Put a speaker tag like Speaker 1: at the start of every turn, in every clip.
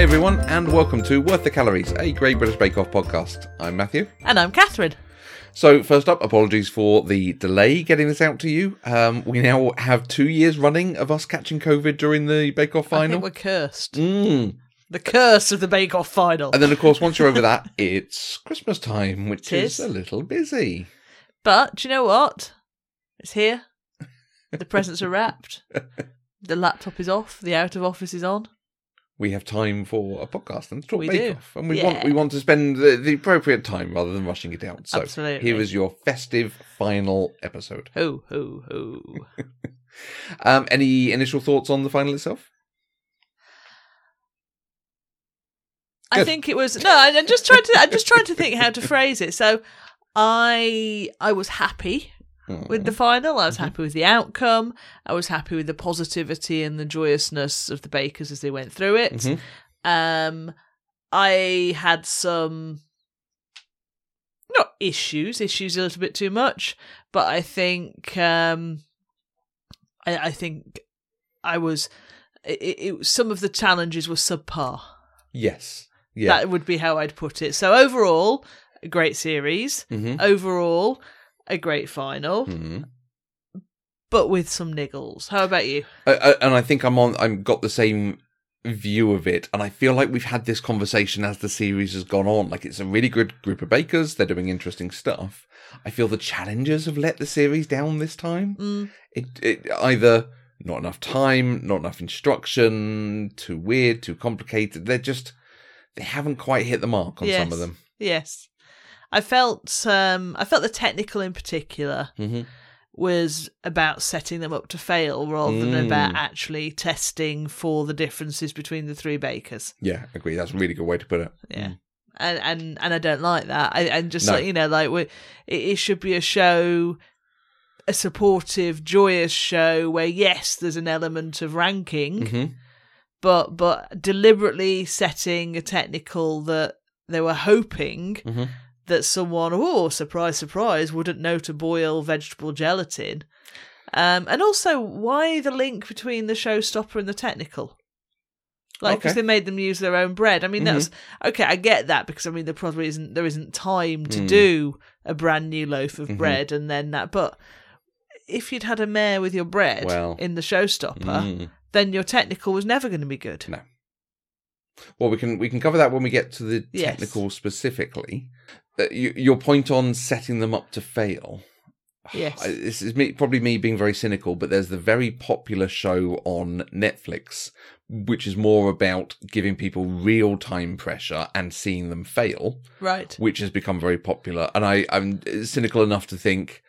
Speaker 1: everyone, and welcome to Worth the Calories, a Great British Bake Off podcast. I'm Matthew.
Speaker 2: And I'm Catherine.
Speaker 1: So, first up, apologies for the delay getting this out to you. Um, we now have two years running of us catching COVID during the Bake Off
Speaker 2: I think
Speaker 1: final.
Speaker 2: we're cursed.
Speaker 1: Mm.
Speaker 2: The curse of the Bake Off final.
Speaker 1: And then, of course, once you're over that, it's Christmas time, which
Speaker 2: It
Speaker 1: is.
Speaker 2: is.
Speaker 1: a little busy.
Speaker 2: But do you know what? It's here. The presents are wrapped. The laptop is off. The out of office is on.
Speaker 1: We have time for a podcast and to talk
Speaker 2: We
Speaker 1: Bake
Speaker 2: do.
Speaker 1: Off, and we
Speaker 2: Yeah.
Speaker 1: want we want to spend the, the appropriate time rather than rushing it out. So,
Speaker 2: Absolutely.
Speaker 1: here is your festive final episode.
Speaker 2: Ho, ho, ho.
Speaker 1: Um, any initial thoughts on the final itself?
Speaker 2: I
Speaker 1: Good.
Speaker 2: think it was no. I- I'm just trying to. I'm just trying to think how to phrase it. So, I I was happy with the final. I was happy with the outcome. I was happy with the positivity and the joyousness of the bakers as they went through it.
Speaker 1: Mhm.
Speaker 2: Um, I had some not issues, issues a little bit too much, but I think um, I, I think I was it, it, it- some of the challenges were subpar.
Speaker 1: Yes. Yeah.
Speaker 2: That would be how I'd put it. So overall, a great series.
Speaker 1: hmm
Speaker 2: Overall, a great final,
Speaker 1: Mm-hmm.
Speaker 2: but with some niggles. How about you?
Speaker 1: I, I, and I think I'm on. I've got the same view of it, and I feel like we've had this conversation as the series has gone on. Like it's a really good group of bakers. They're doing interesting stuff. I feel the challengers have let the series down this time.
Speaker 2: Mm,
Speaker 1: It, it either not enough time, not enough instruction, too weird, too complicated. They're just they haven't quite hit the mark on some of
Speaker 2: Yes.
Speaker 1: them.
Speaker 2: yes, I felt um, I felt the technical in particular
Speaker 1: hmm
Speaker 2: was about setting them up to fail rather than
Speaker 1: Mm.
Speaker 2: about actually testing for the differences between the three bakers.
Speaker 1: Yeah, agree. That's a really good way to put it.
Speaker 2: Yeah. And, and and I don't like that. I, and just
Speaker 1: No.
Speaker 2: like you know, like we, it, it should be a show, a supportive, joyous show where yes, there's an element of ranking,
Speaker 1: Mm-hmm.
Speaker 2: but but deliberately setting a technical that they were hoping
Speaker 1: Mhm.
Speaker 2: that someone oh surprise surprise wouldn't know to boil vegetable gelatin um and also why the link between the showstopper and the technical like because
Speaker 1: Okay. Mm-hmm.
Speaker 2: they made them use their own bread i mean that's okay i get that because i mean there probably isn't there isn't time to
Speaker 1: Mm.
Speaker 2: do a brand new loaf of
Speaker 1: Mhm.
Speaker 2: bread and then that but if you'd had a mare with your bread
Speaker 1: Well.
Speaker 2: in the showstopper
Speaker 1: Mm.
Speaker 2: then your technical was never going to be good.
Speaker 1: No. Well, we can we can cover that when we get to the
Speaker 2: Yes.
Speaker 1: technical specifically. Uh, you, your point on setting them up to fail.
Speaker 2: Yes.
Speaker 1: I- this is me, probably me being very cynical, but there's the very popular show on Netflix, which is more about giving people real time pressure and seeing them fail,
Speaker 2: Right.
Speaker 1: which has become very popular. And I, I'm cynical enough to think,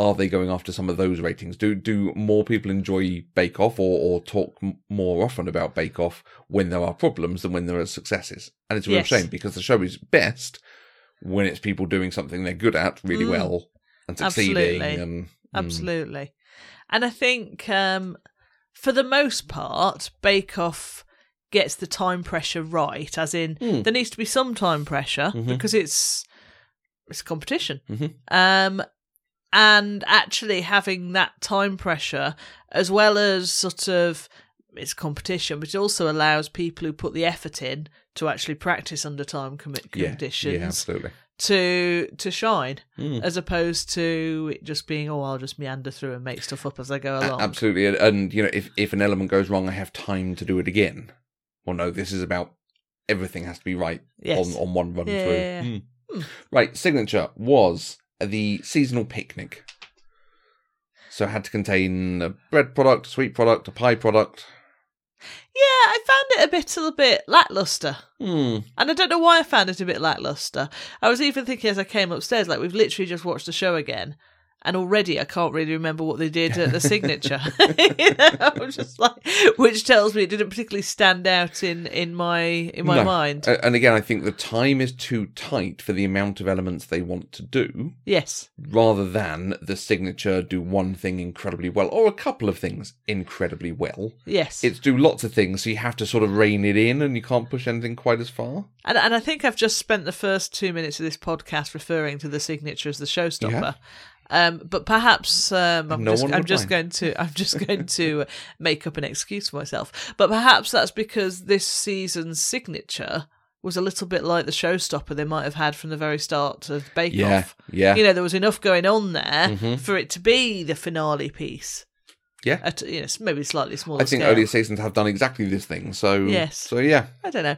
Speaker 1: are they going after some of those ratings? Do do more people enjoy Bake Off or, or talk m- more often about Bake Off when there are problems than when there are successes? And it's a real
Speaker 2: Yes.
Speaker 1: shame because the show is best when it's people doing something they're good at really
Speaker 2: Mm.
Speaker 1: well and succeeding.
Speaker 2: Absolutely.
Speaker 1: And, mm,
Speaker 2: Absolutely. And I think um, for the most part, Bake Off gets the time pressure right, as in
Speaker 1: Mm.
Speaker 2: there needs to be some time pressure
Speaker 1: Mhm.
Speaker 2: because it's it's a competition.
Speaker 1: Mhm.
Speaker 2: Um and actually having that time pressure as well as sort of it's competition, but it also allows people who put the effort in to actually practice under time commi-
Speaker 1: yeah,
Speaker 2: conditions.
Speaker 1: Yeah, absolutely.
Speaker 2: to to shine
Speaker 1: Mm.
Speaker 2: as opposed to it just being oh I'll just meander through and make stuff up as I go
Speaker 1: A-
Speaker 2: along.
Speaker 1: Absolutely. And, and, you know, if, if an element goes wrong, I have time to do it again. Well, no, this is about everything has to be right
Speaker 2: Yes.
Speaker 1: on, on one run
Speaker 2: Yeah,
Speaker 1: through.
Speaker 2: yeah, yeah.
Speaker 1: Hmm. Right, signature was the seasonal picnic. So it had to contain a bread product, a sweet product, a pie product.
Speaker 2: Yeah, I found it a bit a little bit lackluster.
Speaker 1: Hmm.
Speaker 2: And I don't know why I found it a bit lackluster. I was even thinking as I came upstairs, like we've literally just watched the show again, and already I can't really remember what they did at the signature. You know, I was just like, which tells me it didn't particularly stand out in in my in my
Speaker 1: No.
Speaker 2: mind.
Speaker 1: A- And again, I think the time is too tight for the amount of elements they want to do,
Speaker 2: yes,
Speaker 1: rather than the signature do one thing incredibly well or a couple of things incredibly well.
Speaker 2: yes.
Speaker 1: It's do lots of things, so you have to sort of rein it in, and you can't push anything quite as far.
Speaker 2: And, and I think I've just spent the first two minutes of this podcast referring to the signature as the showstopper. Um, but perhaps um, I'm
Speaker 1: No
Speaker 2: just,
Speaker 1: one
Speaker 2: I'm
Speaker 1: would mind.
Speaker 2: just going to I'm just going to uh, make up an excuse for myself. But perhaps that's because this season's signature was a little bit like the showstopper they might have had from the very start of Bake
Speaker 1: Yeah,
Speaker 2: Off.
Speaker 1: yeah,
Speaker 2: You know, there was enough going on there
Speaker 1: Mhm.
Speaker 2: for it to be the finale piece.
Speaker 1: Yeah.
Speaker 2: At, you know, maybe slightly smaller
Speaker 1: I think
Speaker 2: scale.
Speaker 1: earlier seasons have done exactly this thing. So
Speaker 2: Yes.
Speaker 1: so yeah,
Speaker 2: I don't know.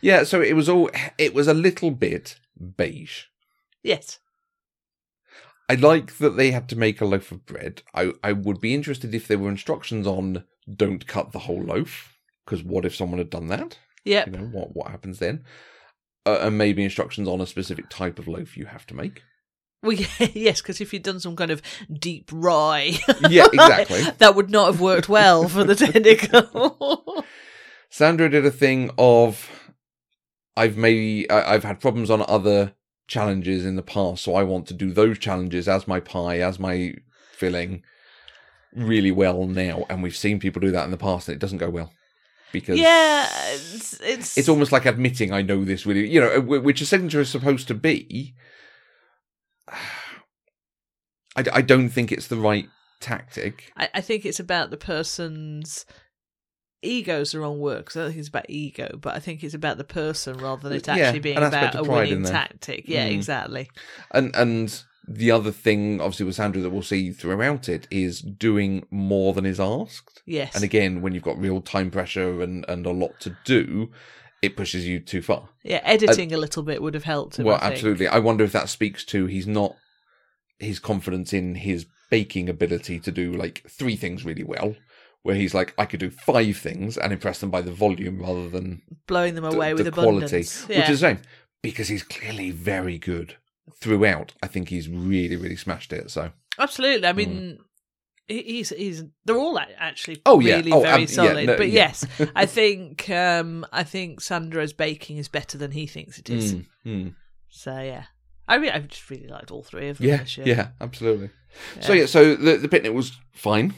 Speaker 1: yeah. So it was all it was a little bit beige.
Speaker 2: Yes.
Speaker 1: I like that they had to make a loaf of bread. I, I would be interested if there were instructions on don't cut the whole loaf because what if someone had done that?
Speaker 2: Yep.
Speaker 1: You know what what happens then? Uh, and maybe instructions on a specific type of loaf you have to make.
Speaker 2: Well, yeah, yes, because if you'd done some kind of deep rye,
Speaker 1: Yeah, exactly.
Speaker 2: that would not have worked well for the tentacle.
Speaker 1: Sandra did a thing of I've maybe I- I've had problems on other challenges in the past, so I want to do those challenges as my pie, as my filling really well now. And we've seen people do that in the past and it doesn't go well. Because
Speaker 2: yeah, it's it's,
Speaker 1: it's almost like admitting I know this really, you know, uh, wh- which a signature is supposed to be. I, d- I don't think it's the right tactic.
Speaker 2: I, I think it's about the person's ego's the wrong word 'cause I don't think it's about ego, but I think it's about the person rather than it
Speaker 1: Yeah,
Speaker 2: actually being
Speaker 1: an aspect
Speaker 2: about a
Speaker 1: of pride in
Speaker 2: winning
Speaker 1: there.
Speaker 2: tactic. Yeah,
Speaker 1: Mm.
Speaker 2: exactly.
Speaker 1: And and the other thing, obviously, with Sandra that we'll see throughout it is doing more than is asked.
Speaker 2: Yes.
Speaker 1: And again, when you've got real time pressure and and a lot to do, it pushes you too far.
Speaker 2: yeah, editing a little bit would have helped. Him,
Speaker 1: well,
Speaker 2: I think.
Speaker 1: absolutely. I wonder if that speaks to he's not his confidence in his baking ability to do like three things really well. Where he's like, I could do five things and impress them by the volume rather than
Speaker 2: blowing them away
Speaker 1: the,
Speaker 2: with
Speaker 1: the
Speaker 2: abundance,
Speaker 1: quality,
Speaker 2: yeah.
Speaker 1: which is the same because he's clearly very good throughout. I think he's really, really smashed it. So,
Speaker 2: Absolutely. I
Speaker 1: Hmm.
Speaker 2: mean, he he's he's they're all a- actually
Speaker 1: Oh, yeah.
Speaker 2: really
Speaker 1: Oh,
Speaker 2: very
Speaker 1: um, yeah,
Speaker 2: solid.
Speaker 1: no,
Speaker 2: but
Speaker 1: yeah.
Speaker 2: yes, I think um I think Sandra's baking is better than he thinks it is.
Speaker 1: Mm, mm.
Speaker 2: So yeah, I re- I just really liked all three of them.
Speaker 1: yeah,
Speaker 2: this year.
Speaker 1: yeah, absolutely. So
Speaker 2: Yeah.
Speaker 1: yeah, so the the picnic was fine.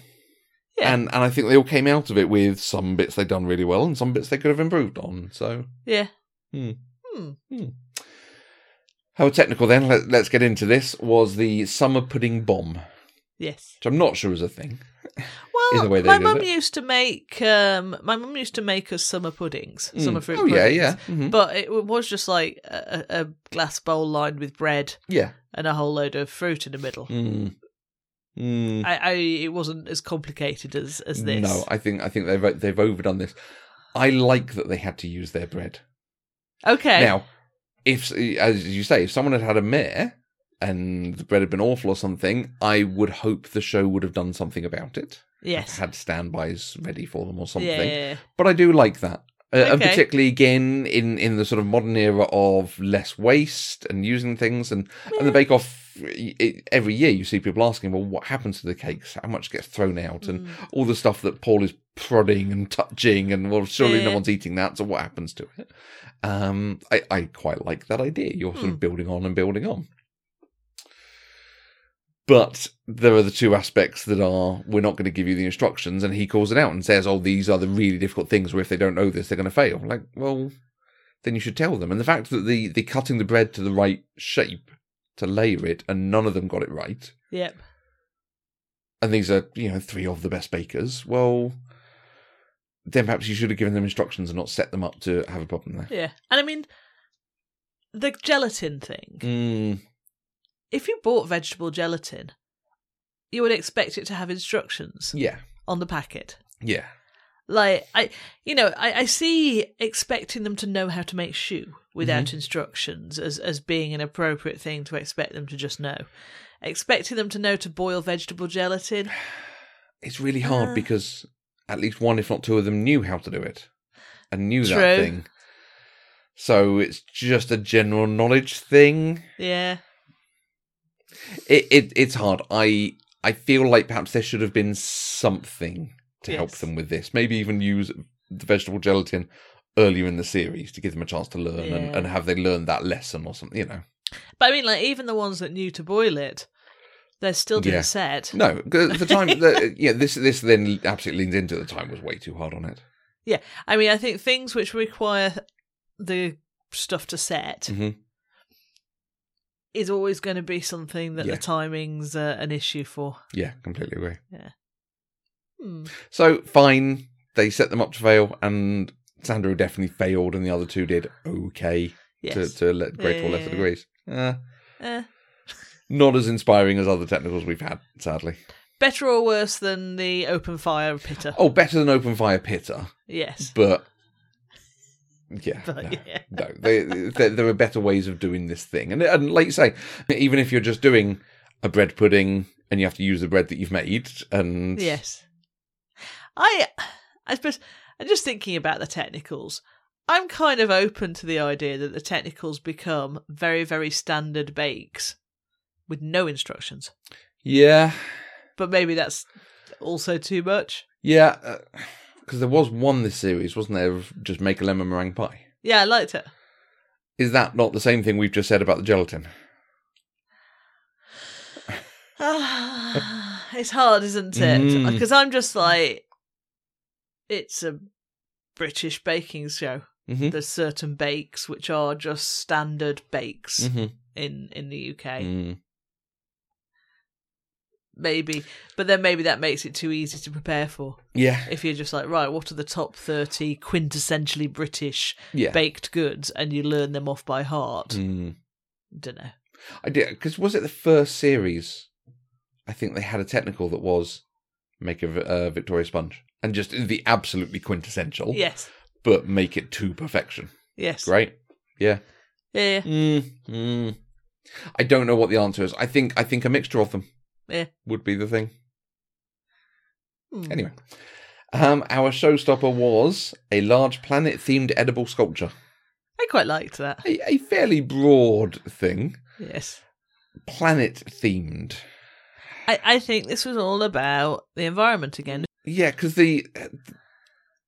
Speaker 2: Yeah.
Speaker 1: And and I think they all came out of it with some bits they'd done really well and some bits they could have improved on. So
Speaker 2: yeah.
Speaker 1: Hmm.
Speaker 2: Hmm.
Speaker 1: How technical then? Let, let's get into this. Was the summer pudding bomb, which
Speaker 2: Yes.
Speaker 1: I'm not sure is a thing.
Speaker 2: Well,
Speaker 1: the way they
Speaker 2: my
Speaker 1: did
Speaker 2: mum
Speaker 1: it.
Speaker 2: used to make um my mum used to make us summer puddings, summer
Speaker 1: Mm.
Speaker 2: fruit.
Speaker 1: Oh yeah,
Speaker 2: puddings.
Speaker 1: yeah, mhm.
Speaker 2: But it was just like a, a a glass bowl lined with bread
Speaker 1: yeah.
Speaker 2: and a whole load of fruit in the middle.
Speaker 1: Mm. Mm.
Speaker 2: I, I it wasn't as complicated as as this.
Speaker 1: No, I think I think they've they've overdone this. I like that they had to use their bread.
Speaker 2: okay.
Speaker 1: Now, if as you say, if someone had had a mare and the bread had been awful or something, I would hope the show would have done something about it.
Speaker 2: yes.
Speaker 1: Had standbys ready for them or something.
Speaker 2: Yeah, yeah, yeah.
Speaker 1: But I do like that. Uh, And
Speaker 2: Okay.
Speaker 1: particularly again in, in the sort of modern era of less waste and using things and, and the Bake Off y- it- every year you see people asking, well, what happens to the cakes? How much gets thrown out and
Speaker 2: Mm.
Speaker 1: all the stuff that Paul is prodding and touching and well, surely no
Speaker 2: Yeah.
Speaker 1: one's eating that. So what happens to it? Um, I, I quite like that idea. You're sort of building on and building on. But there are the two aspects that are we're not going to give you the instructions, and he calls it out and says, "Oh, these are the really difficult things where if they don't know this, they're going to fail." Like, well, then you should tell them. And the fact that the the cutting the bread to the right shape to layer it, and none of them got it right,
Speaker 2: Yep.
Speaker 1: and these are you know three of the best bakers. Well, then perhaps you should have given them instructions and not set them up to have a problem there.
Speaker 2: Yeah. And I mean, the gelatin thing.
Speaker 1: Mm,
Speaker 2: If you bought vegetable gelatin, you would expect it to have instructions
Speaker 1: yeah,
Speaker 2: on the packet.
Speaker 1: yeah,
Speaker 2: Like I, you know, I, I see expecting them to know how to make shoe without
Speaker 1: Mm-hmm.
Speaker 2: instructions as as being an appropriate thing to expect them to just know. Expecting them to know to boil vegetable gelatin,
Speaker 1: it's really hard
Speaker 2: Uh.
Speaker 1: because at least one, if not two of them, knew how to do it and knew that
Speaker 2: True.
Speaker 1: thing. So it's just a general knowledge thing.
Speaker 2: yeah,
Speaker 1: It, it it's hard. I I feel like perhaps there should have been something to help
Speaker 2: Yes.
Speaker 1: them with this. Maybe even use the vegetable gelatin earlier in the series to give them a chance to learn and,
Speaker 2: Yeah.
Speaker 1: and have they learned that lesson or something, you know.
Speaker 2: but I mean, like even the ones that knew to boil it, they still didn't
Speaker 1: Yeah.
Speaker 2: set.
Speaker 1: No, 'cause the time the, yeah, this this then absolutely leans into the time was way too hard on it.
Speaker 2: Yeah, I mean, I think things which require the stuff to set
Speaker 1: Mhm.
Speaker 2: is always going to be something that
Speaker 1: Yeah.
Speaker 2: the timing's uh, an issue for.
Speaker 1: Yeah, completely agree.
Speaker 2: Hmm.
Speaker 1: So fine, they set them up to fail, and Sandro definitely failed, and the other two did okay
Speaker 2: Yes.
Speaker 1: to, to let Great All
Speaker 2: Yeah,
Speaker 1: Left of
Speaker 2: yeah,
Speaker 1: the Grease. Uh,
Speaker 2: Eh.
Speaker 1: not as inspiring as other technicals we've had, sadly.
Speaker 2: Better or worse than the open fire pitter?
Speaker 1: Oh, better than Open Fire Pitter,
Speaker 2: Yes.
Speaker 1: but yeah, no.
Speaker 2: But yeah.
Speaker 1: no, they, there there are better ways of doing this thing, and and like you say, even if you're just doing a bread pudding and you have to use the bread that you've made, and
Speaker 2: Yes. I I suppose I'm just thinking about the technicals. I'm kind of open to the idea that the technicals become very, very standard bakes with no instructions.
Speaker 1: yeah,
Speaker 2: But maybe that's also too much.
Speaker 1: yeah, because there was one this series, wasn't there? Of just make a lemon meringue pie.
Speaker 2: Yeah, I liked it.
Speaker 1: Is that not the same thing we've just said about the gelatin?
Speaker 2: Ah, it's hard, isn't it?
Speaker 1: Mm.
Speaker 2: Because I'm just like, it's a British baking show.
Speaker 1: Mm-hmm.
Speaker 2: There's certain bakes which are just standard bakes
Speaker 1: Mm-hmm.
Speaker 2: in in the UK.
Speaker 1: Mm.
Speaker 2: maybe but then maybe that makes it too easy to prepare for
Speaker 1: Yeah,
Speaker 2: if you're just like right what are the top 30 quintessentially british
Speaker 1: yeah.
Speaker 2: baked goods and you learn them off by heart
Speaker 1: Mm.
Speaker 2: don't know
Speaker 1: I did because was it the first series? I think they had a technical that was make a v- uh, Victoria sponge and just the absolutely quintessential,
Speaker 2: yes
Speaker 1: but make it to perfection.
Speaker 2: yes
Speaker 1: Oh. Great.
Speaker 2: yeah yeah.
Speaker 1: Mm, mm. I don't know what the answer is. I think I think a mixture of them
Speaker 2: Yeah.
Speaker 1: would be the thing.
Speaker 2: Hmm.
Speaker 1: Anyway, um, our showstopper was a large planet-themed edible sculpture,
Speaker 2: i quite liked that
Speaker 1: a, a fairly broad thing,
Speaker 2: yes
Speaker 1: planet-themed.
Speaker 2: I, I think this was all about the environment again
Speaker 1: Yeah, because the uh,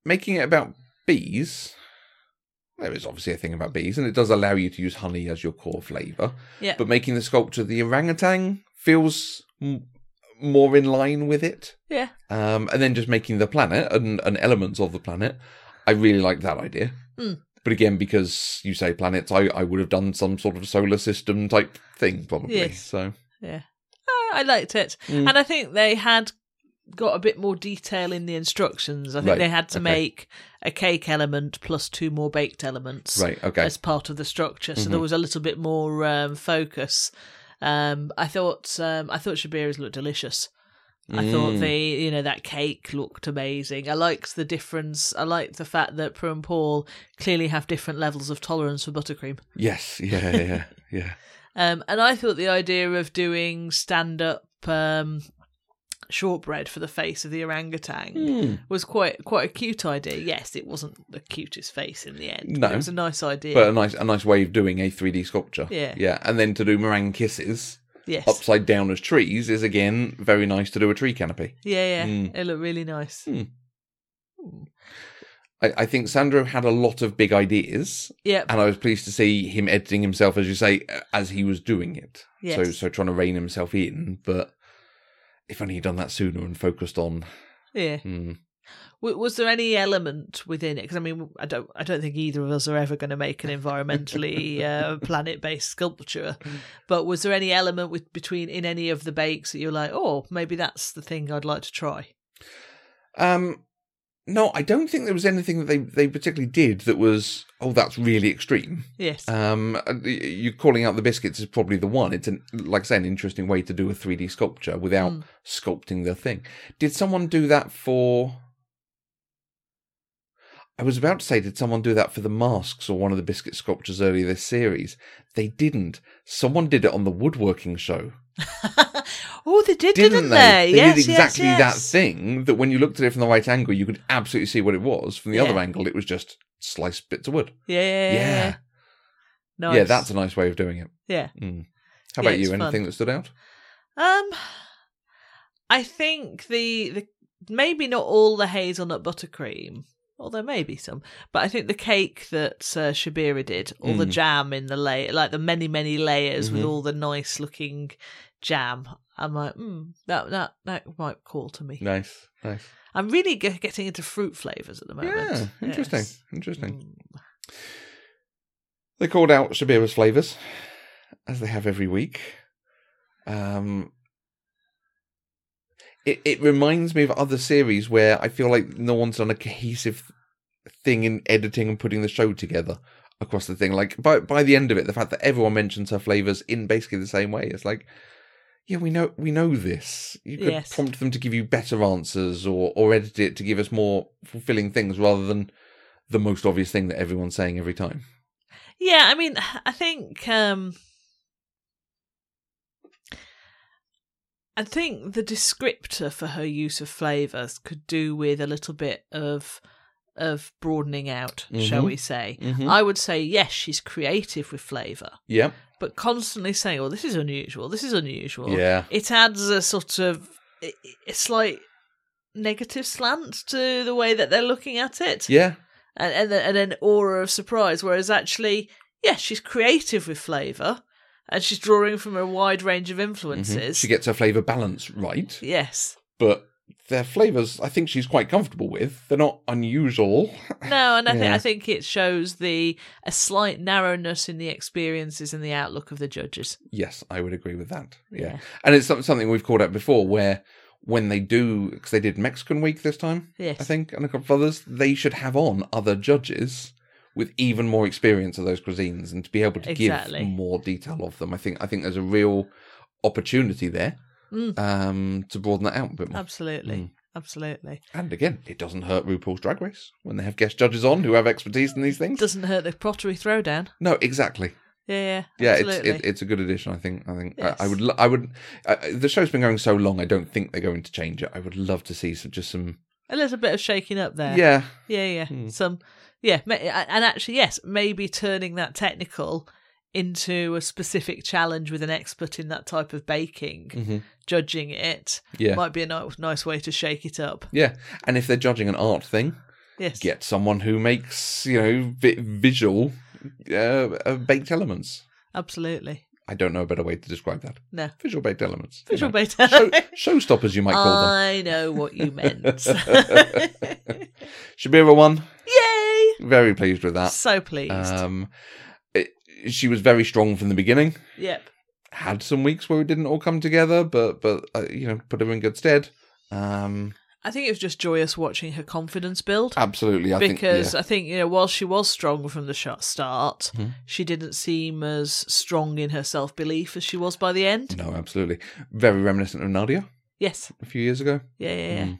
Speaker 1: making it about bees. There is obviously a thing about bees, and it does allow you to use honey as your core flavor.
Speaker 2: Yeah.
Speaker 1: But making the sculpture the orangutan feels m- more in line with it.
Speaker 2: yeah
Speaker 1: Um, and then just making the planet and, and elements of the planet. I really like that idea.
Speaker 2: Mm.
Speaker 1: But again, because you say planets, I, I would have done some sort of solar system type thing probably.
Speaker 2: Yes.
Speaker 1: So
Speaker 2: Ah, i liked it
Speaker 1: Mm.
Speaker 2: and i think they had got a bit more detail in the instructions i think
Speaker 1: Right,
Speaker 2: they had to
Speaker 1: okay.
Speaker 2: make a cake element plus two more baked elements
Speaker 1: right, okay, Mm-hmm.
Speaker 2: as part of the structure. So there was a little bit more um, focus. Um, I thought um, I thought Shabira's looked delicious. I
Speaker 1: Mm.
Speaker 2: thought the you know that cake looked amazing. I liked the difference. I liked the fact that Prue and Paul clearly have different levels of tolerance for buttercream.
Speaker 1: yes, yeah, yeah, yeah, yeah.
Speaker 2: Um, and I thought the idea of doing stand up um, shortbread for the face of the orangutan
Speaker 1: Mm.
Speaker 2: was quite quite a cute idea. Yes, it wasn't the cutest face in the end. but
Speaker 1: No.
Speaker 2: it was a nice idea.
Speaker 1: but um, a nice a nice way of doing a 3D sculpture.
Speaker 2: Yeah.
Speaker 1: yeah, and then to do meringue kisses
Speaker 2: yes.
Speaker 1: upside down as trees is again very nice to do a tree canopy.
Speaker 2: Yeah, yeah.
Speaker 1: Mm.
Speaker 2: It looked really nice.
Speaker 1: Hmm.
Speaker 2: Hmm.
Speaker 1: I, I think Sandro had a lot of big ideas,
Speaker 2: Yep.
Speaker 1: and I was pleased to see him editing himself, as you say, as he was doing it.
Speaker 2: Yes.
Speaker 1: So so trying to rein himself in, but if only he'd done that sooner and focused on.
Speaker 2: yeah.
Speaker 1: Hmm.
Speaker 2: W- was there any element within it? Because I mean, I don't, I don't think either of us are ever going to make an environmentally uh, planet-based sculpture.
Speaker 1: Mm.
Speaker 2: But was there any element with between in any of the bakes that you're like, oh, maybe that's the thing I'd like to try?
Speaker 1: Um, no, I don't think there was anything that they they particularly did that was oh that's really extreme.
Speaker 2: Yes.
Speaker 1: Um, and y- you calling out the biscuits is probably the one. It's an, like I say, an interesting way to do a 3D sculpture without
Speaker 2: Mm.
Speaker 1: sculpting the thing. Did someone do that for? I was about to say, did someone do that for the masks or one of the biscuit sculptures earlier this series? They didn't. Someone did it on the woodworking show,
Speaker 2: oh, they did,
Speaker 1: didn't,
Speaker 2: didn't,
Speaker 1: they?
Speaker 2: they?
Speaker 1: They
Speaker 2: yes,
Speaker 1: did exactly
Speaker 2: yes,
Speaker 1: that
Speaker 2: yes.
Speaker 1: thing that when you looked at it from the right angle, you could absolutely see what it was. From the
Speaker 2: Yeah.
Speaker 1: other angle, it was just sliced bits of wood.
Speaker 2: Yeah. Yeah.
Speaker 1: Yeah.
Speaker 2: Nice.
Speaker 1: Yeah, that's a nice way of doing it.
Speaker 2: yeah.
Speaker 1: Mm. How
Speaker 2: Yeah,
Speaker 1: about
Speaker 2: it's
Speaker 1: you?
Speaker 2: fun.
Speaker 1: Anything that stood out?
Speaker 2: Um, I think the the maybe not all the hazelnut buttercream, although maybe some, but I think the cake that uh, Shabira did, all the
Speaker 1: Mm.
Speaker 2: jam in the layer, like the many many layers with
Speaker 1: Mhm.
Speaker 2: all the nice looking jam. I'm like, mm, that that that might call to me.
Speaker 1: Nice, nice.
Speaker 2: I'm really ge- getting into fruit flavors at the moment.
Speaker 1: Yeah, interesting,
Speaker 2: Yes.
Speaker 1: interesting.
Speaker 2: Mm.
Speaker 1: They called out Shabira's flavors, as they have every week. Um, it it reminds me of other series where I feel like no one's done a cohesive thing in editing and putting the show together across the thing. Like by by the end of it, the fact that everyone mentions her flavors in basically the same way, it's like, yeah, we know we know this. You could
Speaker 2: Yes.
Speaker 1: prompt them to give you better answers or or edit it to give us more fulfilling things rather than the most obvious thing that everyone's saying every time.
Speaker 2: Yeah, I mean, I think um I think the descriptor for her use of flavors could do with a little bit of of broadening out, shall
Speaker 1: Mhm.
Speaker 2: we say.
Speaker 1: Mhm.
Speaker 2: I would say yes, she's creative with flavor,
Speaker 1: Yeah,
Speaker 2: but constantly saying, "Oh, this is unusual. This is unusual."
Speaker 1: yeah,
Speaker 2: It adds a sort of i- i- a slight negative slant to the way that they're looking at it
Speaker 1: yeah, mm-hmm.
Speaker 2: and and, and an aura of surprise. Whereas actually, yeah, she's creative with flavour, and she's drawing from a wide range of
Speaker 1: Mhm.
Speaker 2: influences.
Speaker 1: She gets her flavor balance right,
Speaker 2: yes,
Speaker 1: but their flavors, I think she's quite comfortable with. They're not unusual.
Speaker 2: no, and I think
Speaker 1: Yeah.
Speaker 2: I think it shows the a slight narrowness in the experiences and the outlook of the judges.
Speaker 1: Yes, I would agree with that. Yeah. And it's some- something we've called out before where when they do, because they did Mexican Week this time,
Speaker 2: yes,
Speaker 1: I think, and a couple of others, they should have on other judges with even more experience of those cuisines and to be able to
Speaker 2: Exactly.
Speaker 1: give more detail of them. I think I think there's a real opportunity there
Speaker 2: Mm.
Speaker 1: um, to broaden that out a bit more.
Speaker 2: absolutely,
Speaker 1: Mm.
Speaker 2: absolutely.
Speaker 1: And again, it doesn't hurt RuPaul's Drag Race when they have guest judges on who have expertise in these things.
Speaker 2: Doesn't hurt the pottery throwdown.
Speaker 1: no, exactly.
Speaker 2: Yeah, yeah,
Speaker 1: Yeah, it's
Speaker 2: absolutely.
Speaker 1: it, it's a good addition. I think. I think I, I
Speaker 2: Yes.
Speaker 1: would. lo- I would. Uh, the show's been going so long. I don't think they're going to change it. I would love to see some, just some.
Speaker 2: a little bit of shaking up there.
Speaker 1: Yeah,
Speaker 2: Yeah, yeah.
Speaker 1: Hmm.
Speaker 2: Some, yeah, ma- and actually, yes, maybe turning that technical into a specific challenge with an expert in that type of baking,
Speaker 1: Mhm.
Speaker 2: judging it
Speaker 1: yeah,
Speaker 2: might be a ni- nice way to shake it up.
Speaker 1: yeah. And if they're judging an art thing,
Speaker 2: Yes,
Speaker 1: get someone who makes you know vi- visual uh, uh, baked elements.
Speaker 2: absolutely.
Speaker 1: I don't know a better way to describe that.
Speaker 2: No.
Speaker 1: visual baked elements. you
Speaker 2: Visual Uh,
Speaker 1: know.
Speaker 2: bait-
Speaker 1: Show, showstoppers, you might call them.
Speaker 2: I know what you meant.
Speaker 1: Shabira won.
Speaker 2: Yay!
Speaker 1: Very pleased with that.
Speaker 2: So pleased.
Speaker 1: Um, it, she was very strong from the beginning.
Speaker 2: yep.
Speaker 1: had some weeks where it didn't all come together, but but uh, you know, put her in good stead. Um,
Speaker 2: I think it was just joyous watching her confidence build.
Speaker 1: absolutely, I
Speaker 2: because
Speaker 1: think.
Speaker 2: I think you know while she was strong from the shot start,
Speaker 1: Mhm.
Speaker 2: she didn't seem as strong in her self belief as she was by the end.
Speaker 1: Yeah. No, absolutely, very reminiscent of Nadia
Speaker 2: Yes,
Speaker 1: a few years ago.
Speaker 2: yeah, yeah, yeah.
Speaker 1: Mm.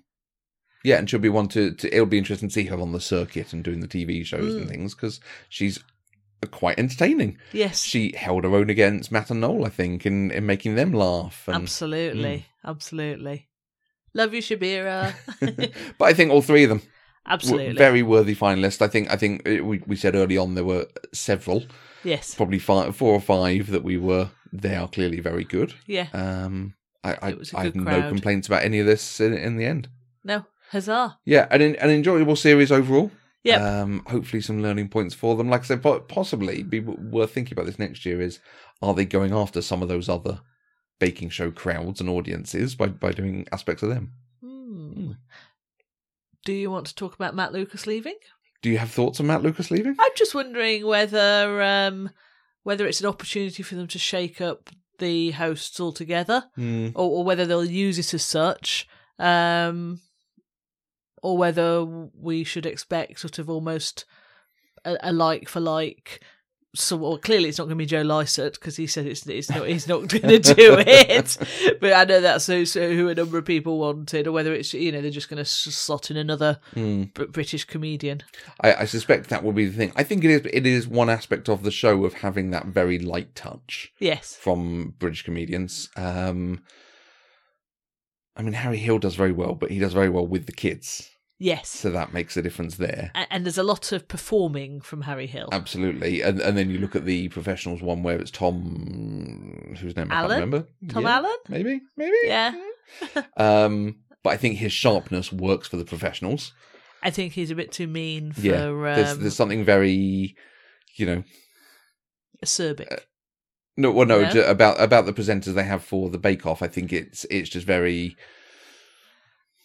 Speaker 1: Yeah, and she'll be one to, to. It'll be interesting to see her on the circuit and doing the TV shows
Speaker 2: Mm.
Speaker 1: and things because she's quite entertaining.
Speaker 2: yes,
Speaker 1: She held her own against Matt and Noel, I think, in, in making them laugh. And, mm.
Speaker 2: absolutely, absolutely. Love you, Shabira.
Speaker 1: but I think all three of them were
Speaker 2: absolutely,
Speaker 1: very worthy finalists. I think. I think uh, we we said early on there were several.
Speaker 2: yes,
Speaker 1: probably five, four or five that we were. They are clearly very good.
Speaker 2: yeah.
Speaker 1: Um, I, I,
Speaker 2: It was a
Speaker 1: I have
Speaker 2: good
Speaker 1: no
Speaker 2: crowd.
Speaker 1: complaints about any of this in, in the end.
Speaker 2: No, huzzah!
Speaker 1: Yeah, an, an enjoyable series overall.
Speaker 2: Yep.
Speaker 1: Um, hopefully, some learning points for them. Like I said, po- possibly be w- worth thinking about this next year. Is are they going after some of those other baking show crowds and audiences by by doing aspects of them?
Speaker 2: Hmm.
Speaker 1: Hmm.
Speaker 2: Do you want to talk about Matt Lucas leaving?
Speaker 1: Do you have thoughts on Matt Lucas leaving?
Speaker 2: I'm just wondering whether um, whether it's an opportunity for them to shake up the hosts altogether.
Speaker 1: Hmm.
Speaker 2: or, or whether they'll use it as such, um, or whether we should expect sort of almost a, a like for like. So well, clearly it's not going to be Joe Lysett because he said it's, it's not he's not going to do it. But I know that's who, so who a number of people wanted, or whether it's you know they're just going to slot in another
Speaker 1: Hmm.
Speaker 2: Br- British comedian.
Speaker 1: I, I suspect that will be the thing. I think it is. It is one aspect of the show of having that very light touch.
Speaker 2: Yes,
Speaker 1: from British comedians. Um, I mean, Harry Hill does very well, but he does very well with the kids,
Speaker 2: yes,
Speaker 1: so that makes a difference there.
Speaker 2: and, and there's a lot of performing from Harry Hill.
Speaker 1: Um, Absolutely, and and then you look at the professionals one where it's Tom, whose name I
Speaker 2: Allen?
Speaker 1: can't remember,
Speaker 2: Tom
Speaker 1: Yeah,
Speaker 2: Allen,
Speaker 1: maybe, maybe,
Speaker 2: yeah,
Speaker 1: Um, but I think his sharpness works for the professionals.
Speaker 2: I think he's a bit too mean for
Speaker 1: Yeah, there's
Speaker 2: um,
Speaker 1: there's something very, you know,
Speaker 2: acerbic.
Speaker 1: No, well, no,
Speaker 2: No?
Speaker 1: ju- about about the presenters they have for the Bake Off. I think it's it's just very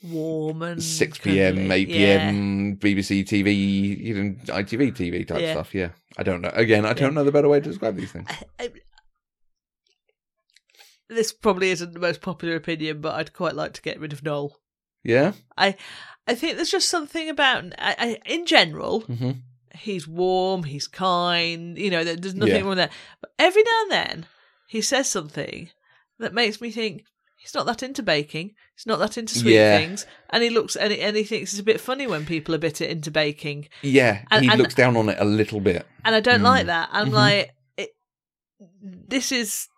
Speaker 2: warm and
Speaker 1: six p.m.,
Speaker 2: cuddly.
Speaker 1: eight
Speaker 2: Yeah.
Speaker 1: p.m. BBC TV, you know, ITV TV type
Speaker 2: Yeah.
Speaker 1: stuff. Yeah, I don't know. Again, I don't
Speaker 2: Yeah.
Speaker 1: know the better way to describe these things.
Speaker 2: I, this probably isn't the most popular opinion, but I'd quite like to get rid of Noel.
Speaker 1: Yeah.
Speaker 2: I think there's just something about, I, I, in general,
Speaker 1: hmm
Speaker 2: he's warm, he's kind, you know, there- there's nothing
Speaker 1: Yeah.
Speaker 2: wrong with that. But every now and then he says something that makes me think he's not that into baking, he's not that into sweet
Speaker 1: Yeah.
Speaker 2: things, and he looks and he, and he thinks it's a bit funny when people are a bit into baking,
Speaker 1: Yeah.
Speaker 2: And-
Speaker 1: he
Speaker 2: and-
Speaker 1: looks down on it a little bit.
Speaker 2: and I don't
Speaker 1: Mm.
Speaker 2: like that. I'm
Speaker 1: Mhm.
Speaker 2: like, it, this is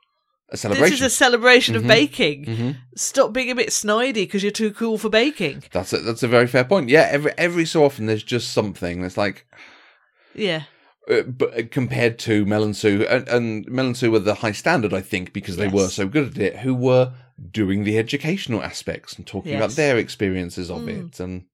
Speaker 1: A
Speaker 2: this is
Speaker 1: celebration.
Speaker 2: a celebration
Speaker 1: Mhm.
Speaker 2: of baking.
Speaker 1: hmm
Speaker 2: Stop being a bit snidey because you're too cool for baking.
Speaker 1: That's a, that's a very fair point. Yeah. Every every so often, there's just something that's like,
Speaker 2: Yeah,
Speaker 1: uh, but uh, compared to Mel and Sue, and, and Mel and Sue were the high standard, I think, because they were
Speaker 2: Yes.
Speaker 1: so good at it, who were doing the educational aspects and talking about
Speaker 2: Yes.
Speaker 1: their experiences of
Speaker 2: Mm.
Speaker 1: it. And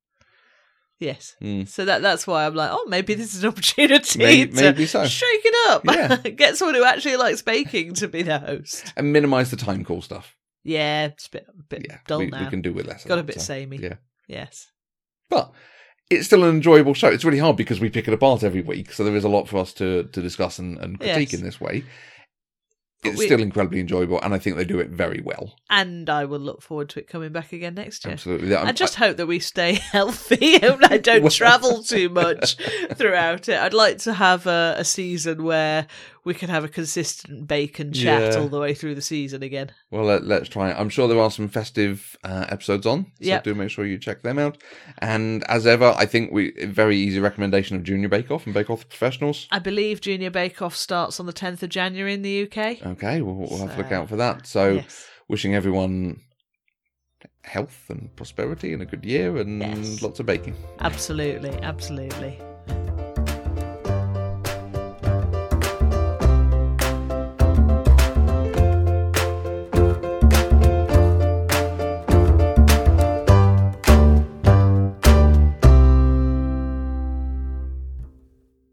Speaker 2: yes.
Speaker 1: Mm.
Speaker 2: So that that's why I'm like, oh, maybe this is an opportunity.
Speaker 1: may,
Speaker 2: to-
Speaker 1: maybe so.
Speaker 2: Shake it up.
Speaker 1: Yeah.
Speaker 2: Get someone who actually likes baking to be the host.
Speaker 1: And minimize the time call stuff.
Speaker 2: Yeah, it's a bit, a bit
Speaker 1: yeah.
Speaker 2: dull
Speaker 1: we,
Speaker 2: now.
Speaker 1: we can do with less. of
Speaker 2: Got a
Speaker 1: that,
Speaker 2: bit
Speaker 1: so.
Speaker 2: samey.
Speaker 1: yeah.
Speaker 2: Yes.
Speaker 1: But it's still an enjoyable show. It's really hard because we pick it apart every week, so there is a lot for us to, to discuss and, and critique
Speaker 2: Yes.
Speaker 1: in this way.
Speaker 2: But
Speaker 1: It's
Speaker 2: we-
Speaker 1: still incredibly enjoyable, and I think they do it very well.
Speaker 2: And I will look forward to it coming back again next year.
Speaker 1: Absolutely. I'm-
Speaker 2: I just hope that we stay healthy and I don't
Speaker 1: Well-
Speaker 2: travel too much throughout it. I'd like to have a, a season where we can have a consistent bacon chat
Speaker 1: Yeah.
Speaker 2: all the way through the season again.
Speaker 1: Well, let, let's try it. I'm sure there are some festive uh, episodes on, so
Speaker 2: Yep.
Speaker 1: do make sure you check them out. And as ever, I think we very easy recommendation of Junior Bake Off and Bake Off Professionals.
Speaker 2: I believe Junior Bake Off starts on the 10th of January in the UK.
Speaker 1: Okay, we'll, we'll have a look
Speaker 2: So,
Speaker 1: out for that. So,
Speaker 2: yes.
Speaker 1: wishing everyone health and prosperity and a good year and
Speaker 2: Yes.
Speaker 1: lots of baking.
Speaker 2: Absolutely. Absolutely.